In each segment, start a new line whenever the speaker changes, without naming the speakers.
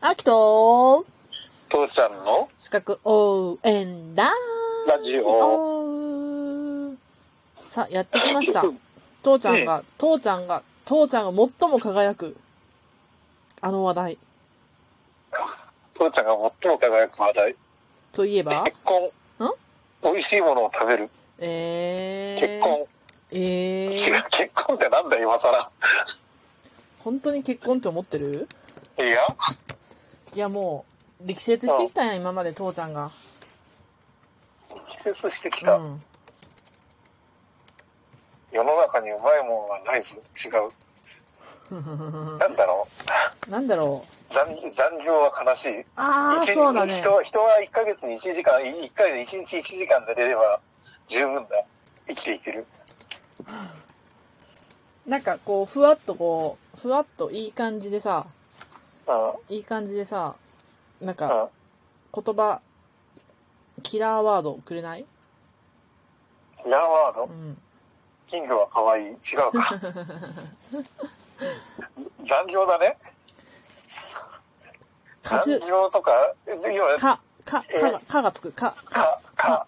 アキト
父ちゃんの
四角応援ラ
ラジ
ジ
オ。
オさあ、やってきま した。父ちゃんが、父ちゃんが、父ちゃんが最も輝く、あの話題。
父ちゃんが最も輝く話題。
といえば、
結婚。美味しいものを食べる。
えー、
結婚。
え
違
ー
う、、結婚ってなんだよ、今更。
本当に結婚って思ってる
いや、
いや、もう、力説してきたやん、今まで父ちゃんが。
季節してき
う
た。
ん。
世の中にうまいものはないぞ。違う。なんだろ
なんだろう。
う。残残業は悲しい。
あー、
一
そうだね
人。は人は1ヶ月に1時間、1回で1日1時間で出れば十分だ。生きていける。
なんかこう、ふわっとこう、ふわっといい感じでさ、
うん。うん。
いい感じでさ、なんか言葉、キラーワードくれない
ヤーワード
う。ん。
キングは可愛い。違う か。残業だね。
かじゅ
残、業とか、え要は、か、
か、か、かが、かがつく。か、
か、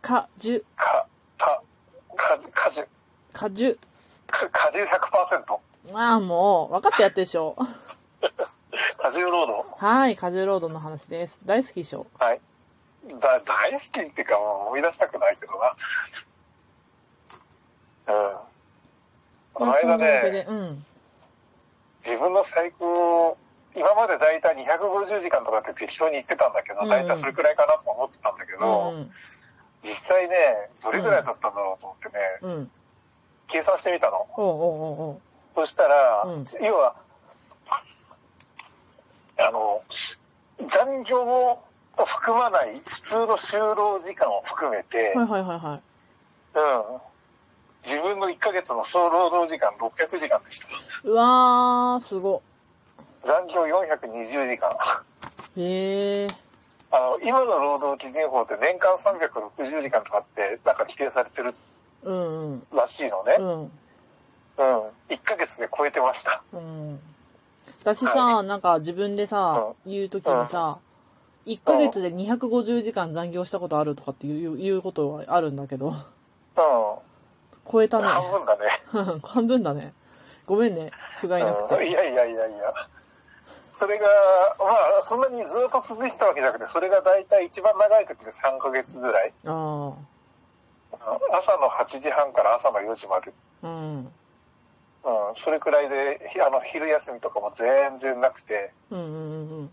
か、じゅ、
か、た、かじ、かじゅ、
かじゅ。
か果汁100%。
まあもう、分かってやってるでしょ。
果汁労働。
はい、果汁ロードの話です。大好きでしょ。
はい。だ、大好きっていうか、もう思い出したくないけどな。うん。この
まあそんな
間
わけ
ね
で、、うん。
自分の最高を、今まで大体250時間とかって適当に言ってたんだけど、
うん
大体それくらいかなと思ってたんだけど、
う
実際ね、どれぐらいだったんだろうと思ってね、
ん。うん。
計算してみたの。
おうおうおうおう。
そしたら、
うん
要は、あの、残業を含まない普通の就労時間を含めて、
はいはいはいはい。
うん。自分の1ヶ月の総労働時間600時間でした。
うわー、すご。
残業420時間。
へえ。
あの、今の労働基準法って年間360時間とかって、なんか規定されてる
うんうん。
らしいのね
う。ん。
うん。1ヶ月で超えてました。
うん私さ、なんか自分でさ、言うときにさ、1ヶ月で250時間残業したことあるとかっていういうことはあるんだけど、
う
超えた
ん。
ね。
半分だ ね。
半分だね。ごめんね。不甲斐なく
うんい
て。
やいやいやいや。それが、まあ、そんなにずっと続いてたわけじゃなくて、それが大体一番長い時で3ヶ月ぐらい。
あ
うん朝の8時半から朝の4時まで。
あ。うん。
うん、それくらいで、ひあの、昼休みとかも全然なくて、
うんうん うん
うん、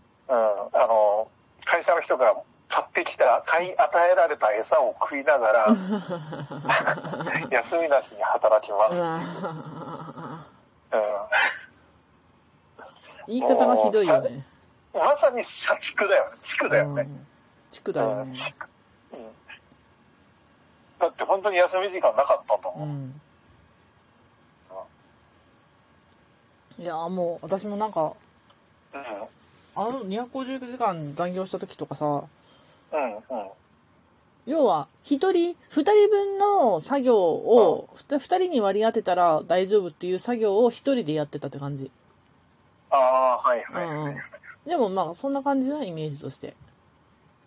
あの、会社の人が買ってきた、買い与えられた餌を食いなが ら、休みなしに働きま
うん。う
す。
わ
う
言い方がひどいよね。
ん、まさに社畜だよね。畜だよね。
うん地区だよね。
うんだって本当に休み時間なかったんだ
う
もん。
ん。いや、もう私もなんか、
う
あの250時間残業した時とかさ、
ん、うん、うん。
要は、一人、二人分の作業を、ふた二人に割り当てたら大丈夫っていう作業を一人でやってたって感じ。
ああ、はい
う
はい、はい
んうん。でもまあ、そんな感じなイメージとして。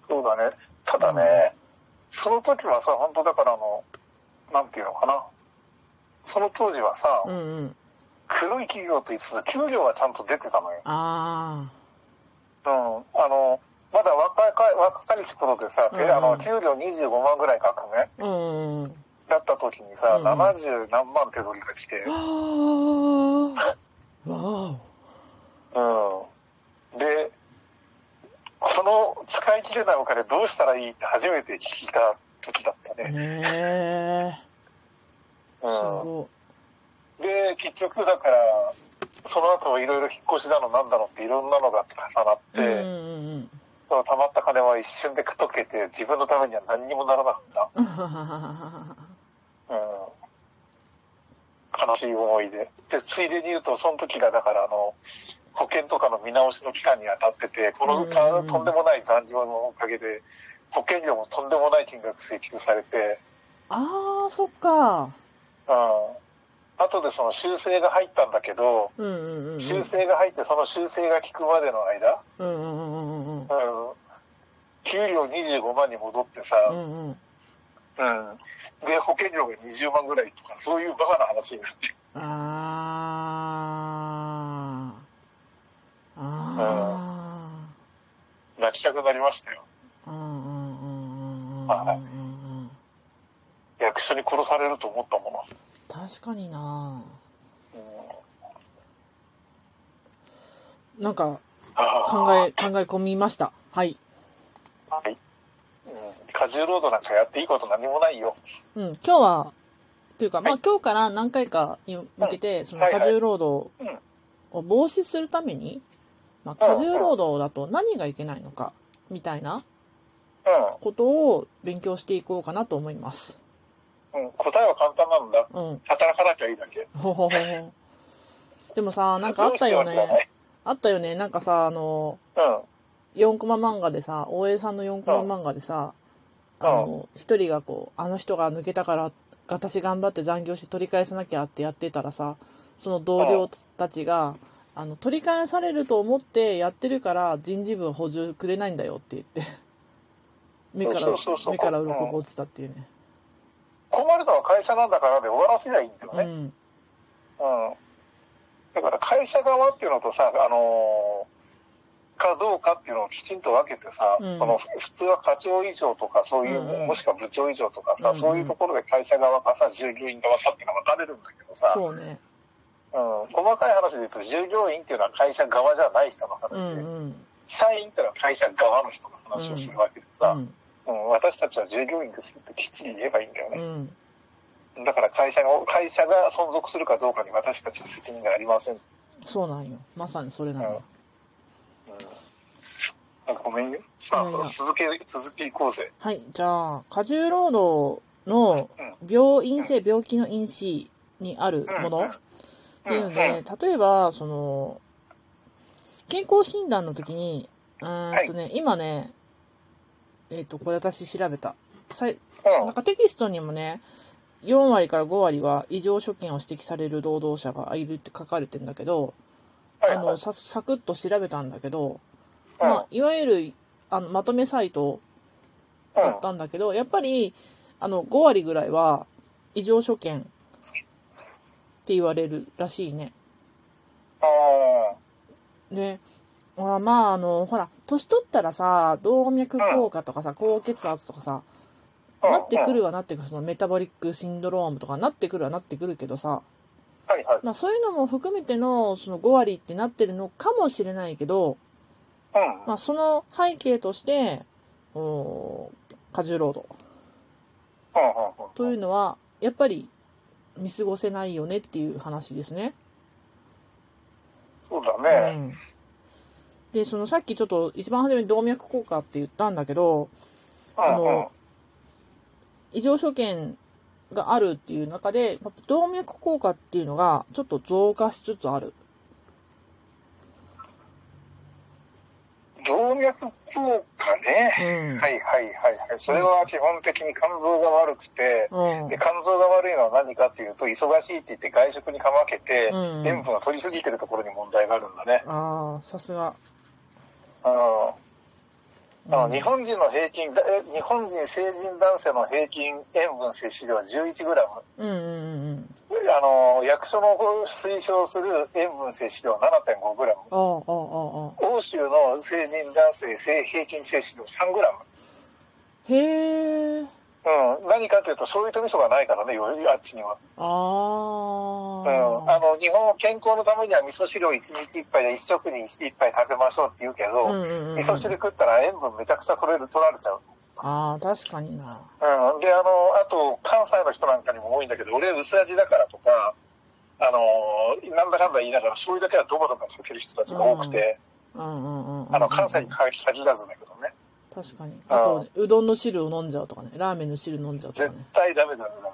そうだね。ただね、その時はさ、本当だからあの、なんていうのかな。その当時はさ、
うんうん。
黒い企業と言いつつ、給料はちゃんと出てたのよ。
あ
うん。あの、まだ若いか、若かりし頃でさ、
うん
であの、給料25万ぐらい額ね、
あ。うんうん。
だった時にさ、
うん
70何万手取りが来て、
ああ。わ
うん。で、この使い切れないお金どうしたらいいって初めて聞いた時だった
お。
ね。
ねえ。す
うん。
ご
で、結局だから、その後いろいろ引っ越しだのなんだのっていろんなのが重なっ
い。うん
て、
うんうん。
その溜まった金は一瞬でくとけて、自分のためには何にもならなかっ
あははは は
た。うん。悲しい思いで。で、ついでに言うと、その時がだから、あの、保険とかの見直しの期間に当たってて、このた
うん
とんでもない残業のおかげで、保険料もとんでもない金額請求されて、
あー、そっか。
うん。後でその修正が入ったんだけど、
うんうんうんうん。
修正が入ってその修正が効くまでの間、
うんうんうんうんうん。
うん、給料25万に戻ってさ、
うんうん。
うん、で、保険料が20万ぐらいとか、そういうバカな話になって。
あー。あ
泣きたくなりましたよ。
ー。うんうんうんうんうんうん
はい
うん。
役所に殺されると思ったも
確かにな
の。うん、
なんか、
あー
考え、考え込みました。はい。
はい。うん、過重労働なんかやっていいこと何もないよ。
うん、今日は、というか、ま
は
あ今日から何回かに向けて、その
はいは
過
い
重労働
うん
を防止するために、まあ
うん
過重労働だと何がいけないのか、みたいなことを勉強していこうかなと思います。
うん。うん、答えは簡単なんだ。
うん。
働かなきゃいいだけ。
ほほほほ。でもさ、なんかあったよ
どうしては知らな
ね。
い
あったよね。なんかさ、あの、
うん。
4コマ漫画でさ、大江さんの4コマ漫画でさ、
うん
あの、一人がこう、あの人が抜けたから、私頑張って残業して取り返さなきゃってやってたらさ、その同僚たちが、あの、取り返されると思ってやってるから人事部補充くれないんだよって言っ て、目から
そうそうそう、
目から鱗が落ちたっていうね。
困るのは会社なんだからで終わらせりゃいいんだよ
う
ね。
ん。
うん。だから会社側っていうのとさ、あのーかどうかっていうのをきちんと分けてさ、
うん
このふ普通は課長以上とかそういう、
うんうん
もしくは部長以上とかさ、
うんうん
そういうところで会社側かさ、従業員側さっていうのが分かれるんだけどさ、
そうね。
うん、細かい話で言うと従業員っていうのは会社側じゃない人の
う
話で、
んうん。
社員っていうのは会社側の人の話をするわけで
う
さ、うん
ん。
私たちは従業員ですよってきっちり言えばいいんだよ
う
ね。
ん。
だから会社が会社が存続するかどうかに私たちの責任がありません。うん、
そうなんよ。まさにそれなんよ。
なんかごめんよ。さ
いやいや
あ、続け、続けいこうぜ。
はい、じゃあ、過重労働の病院性、病気の因子にあるものっていうので、例えば、その、健康診断の時に、うーんとね、今ね、えっ、と、これ私調べた。さい
うん。
なんかテキストにもね、4割から5割は異常所見を指摘される労働者がいるって書かれてんだけど、
は
あ
いは
の、
い。
さ、サクッと調べたんだけど、
うん
まあ、いわゆる、あの、まとめサイトだったんだけど、やっぱり、あの、5割ぐらいは、異常所見って言われるらしいね。
あ
で、まあ、まあ、あの、ほら、年取ったらさ、動脈硬化とかさ、高血圧とかさ、
あ。
なってくるはなってくる、そのメタボリックシンドロームとかなってくるはなってくるけどさ、
うん。はいはい。
まあそういうのも含めての、その5割ってなってるのかもしれないけど、
うん。
まあその背景として、お過重労働
うん
というのは、やっぱり見過ごせないよねっていう話ですね。
そうだ
う
ね。
ん。で、そのさっきちょっと一番初めに動脈硬化って言ったんだけど、
うん
あの異常所見があるっていう中で、まあ動脈硬化っていうのがちょっと増加しつつある。
うん。動脈硬化ね。
うん。
はいはいはいはい。それは基本的に肝臓が悪くて、
うん
で。肝臓が悪いのは何かっていうと忙しいって言って外食にかまけて、
うん
塩分を取りすぎてるところに問題があるんだね。
ああ、さすが。
あの
うん
日本人の平均だえ日本人成人男性の平均塩分摂取量は 11g
うんうんうんうん。
あの役所の推奨する塩分摂取量
あ
7.5g
あ、ああ、ああ。
欧州の成人男性性平均摂取量 3g、
へえ。
うん、何かというと醤油と味噌がないからねよりあっちには、
あ
うん、あ
あ。
の日本健康のためには味噌汁を1日1杯で1食に1杯食べましょうって言うけど、
うんうんうん
味噌汁食ったら塩分めちゃくちゃ取れる取られちゃう
ああ、確かにな。
うん、であのあと関西の人なんかにも多いんだけど俺薄味だからとかあのなんだかんだ言いながら醤油だけはドバドバかける人たちが多くて、
うんうんうんうん。
あの関西に限らずだけどね
確かに。
あー
あと、うどんの汁を飲んじゃうとかね。ラーメンの汁飲んじゃうと
絶
かね。
対ダメだダメダ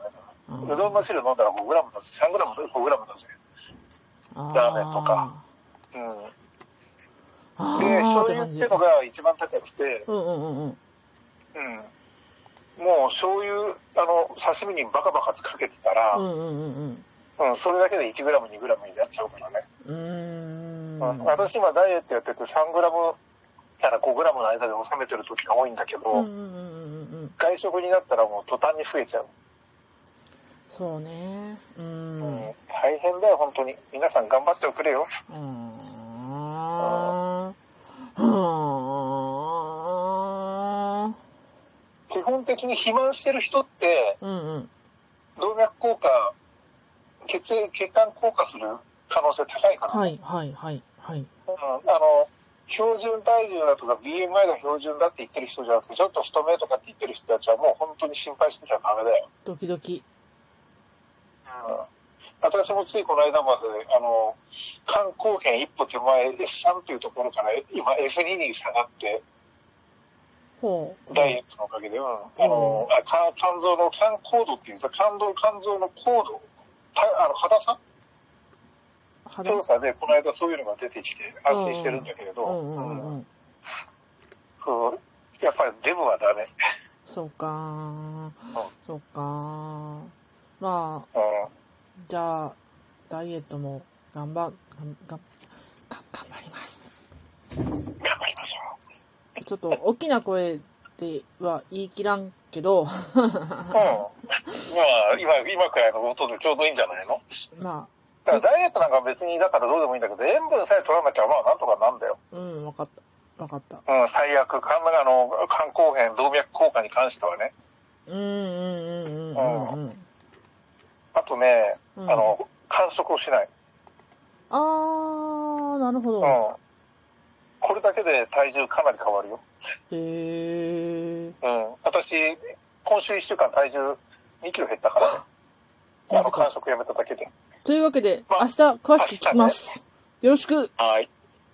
メ、う
うん
どんの汁飲んだら 5g だぜ 3g だ 5g だぜラーメンとかうん
あー。
で
あー
醤
って
油っ
感
て
じ。
いうのが一番高くて、
うんうんうんうん。
うん、もう醤油あの刺身にバカバカかけてたら、
うんうんうんうん。
うん、それだけで1グラム、2グラムになっちゃうからね。
うーん。
うん、私今ダイエットやってて3グラムから5グラムの間で収めてる時が多いんだけど、
うんうんうんうんうん。
外食になったらもう途端に増えちゃう。
そうね。う。
うんん、大変だよ、本当に。皆さん頑張っておくれよ。
うーん。うーん。
基本的に肥満してる人って、
うんうん。
動脈硬化、血液、血管硬化する可能性高いから。
はいはいはいはい。
うん、あの、標準体重だとか BMI が標準だって言ってる人じゃなくて、ちょっと太めとかって言ってる人たちはもう本当に心配してちゃダメだよ。
ドキドキ。
うん、私もついこの間まで、あの、肝硬変一歩手前 S3 というところから今 F2 に下がって、
ほう。
ダイエットのおかげで、うん、あの、あ肝肝臓の肝硬度っていうんですか、肝臓、肝臓の硬度、たあの、硬さ
肌
調査で、この間そういうのが出てきて安心してるんだけれど、
うんうんう
うん
ん。
そうやっぱりデブはダメ。
そうかー。そうかー。まあ、
うん
じゃあ、ダイエットも頑張、頑頑頑頑張ります。
頑張りましょ
ちょっと大きな声では言い切らんけど、
う。うん。まあ、今、今くらいの音でちょうどいいんじゃないの
ま
だからダイエットなんかは別に、だからどうでもいいんだけど、塩分さえ取らなきゃまあなんとかなんだよ。
あ、うん、わかった。わかった。
うん、最悪、肝あの、肝硬変、動脈硬化に関してはね。
うんうんうんうんうんうん。
あとね、
うん
あの、間食をしない。
あー、なるほ
うん
ど。。
これだけで体重かなり変わるよ。
へー。
うん。私、今週1週間体重2キロ減ったからね。あ
マ
の、
ジ
間
か。
食やめただけで。
というわけで、
まあ
明日詳しく聞きます。よろしく。
はい。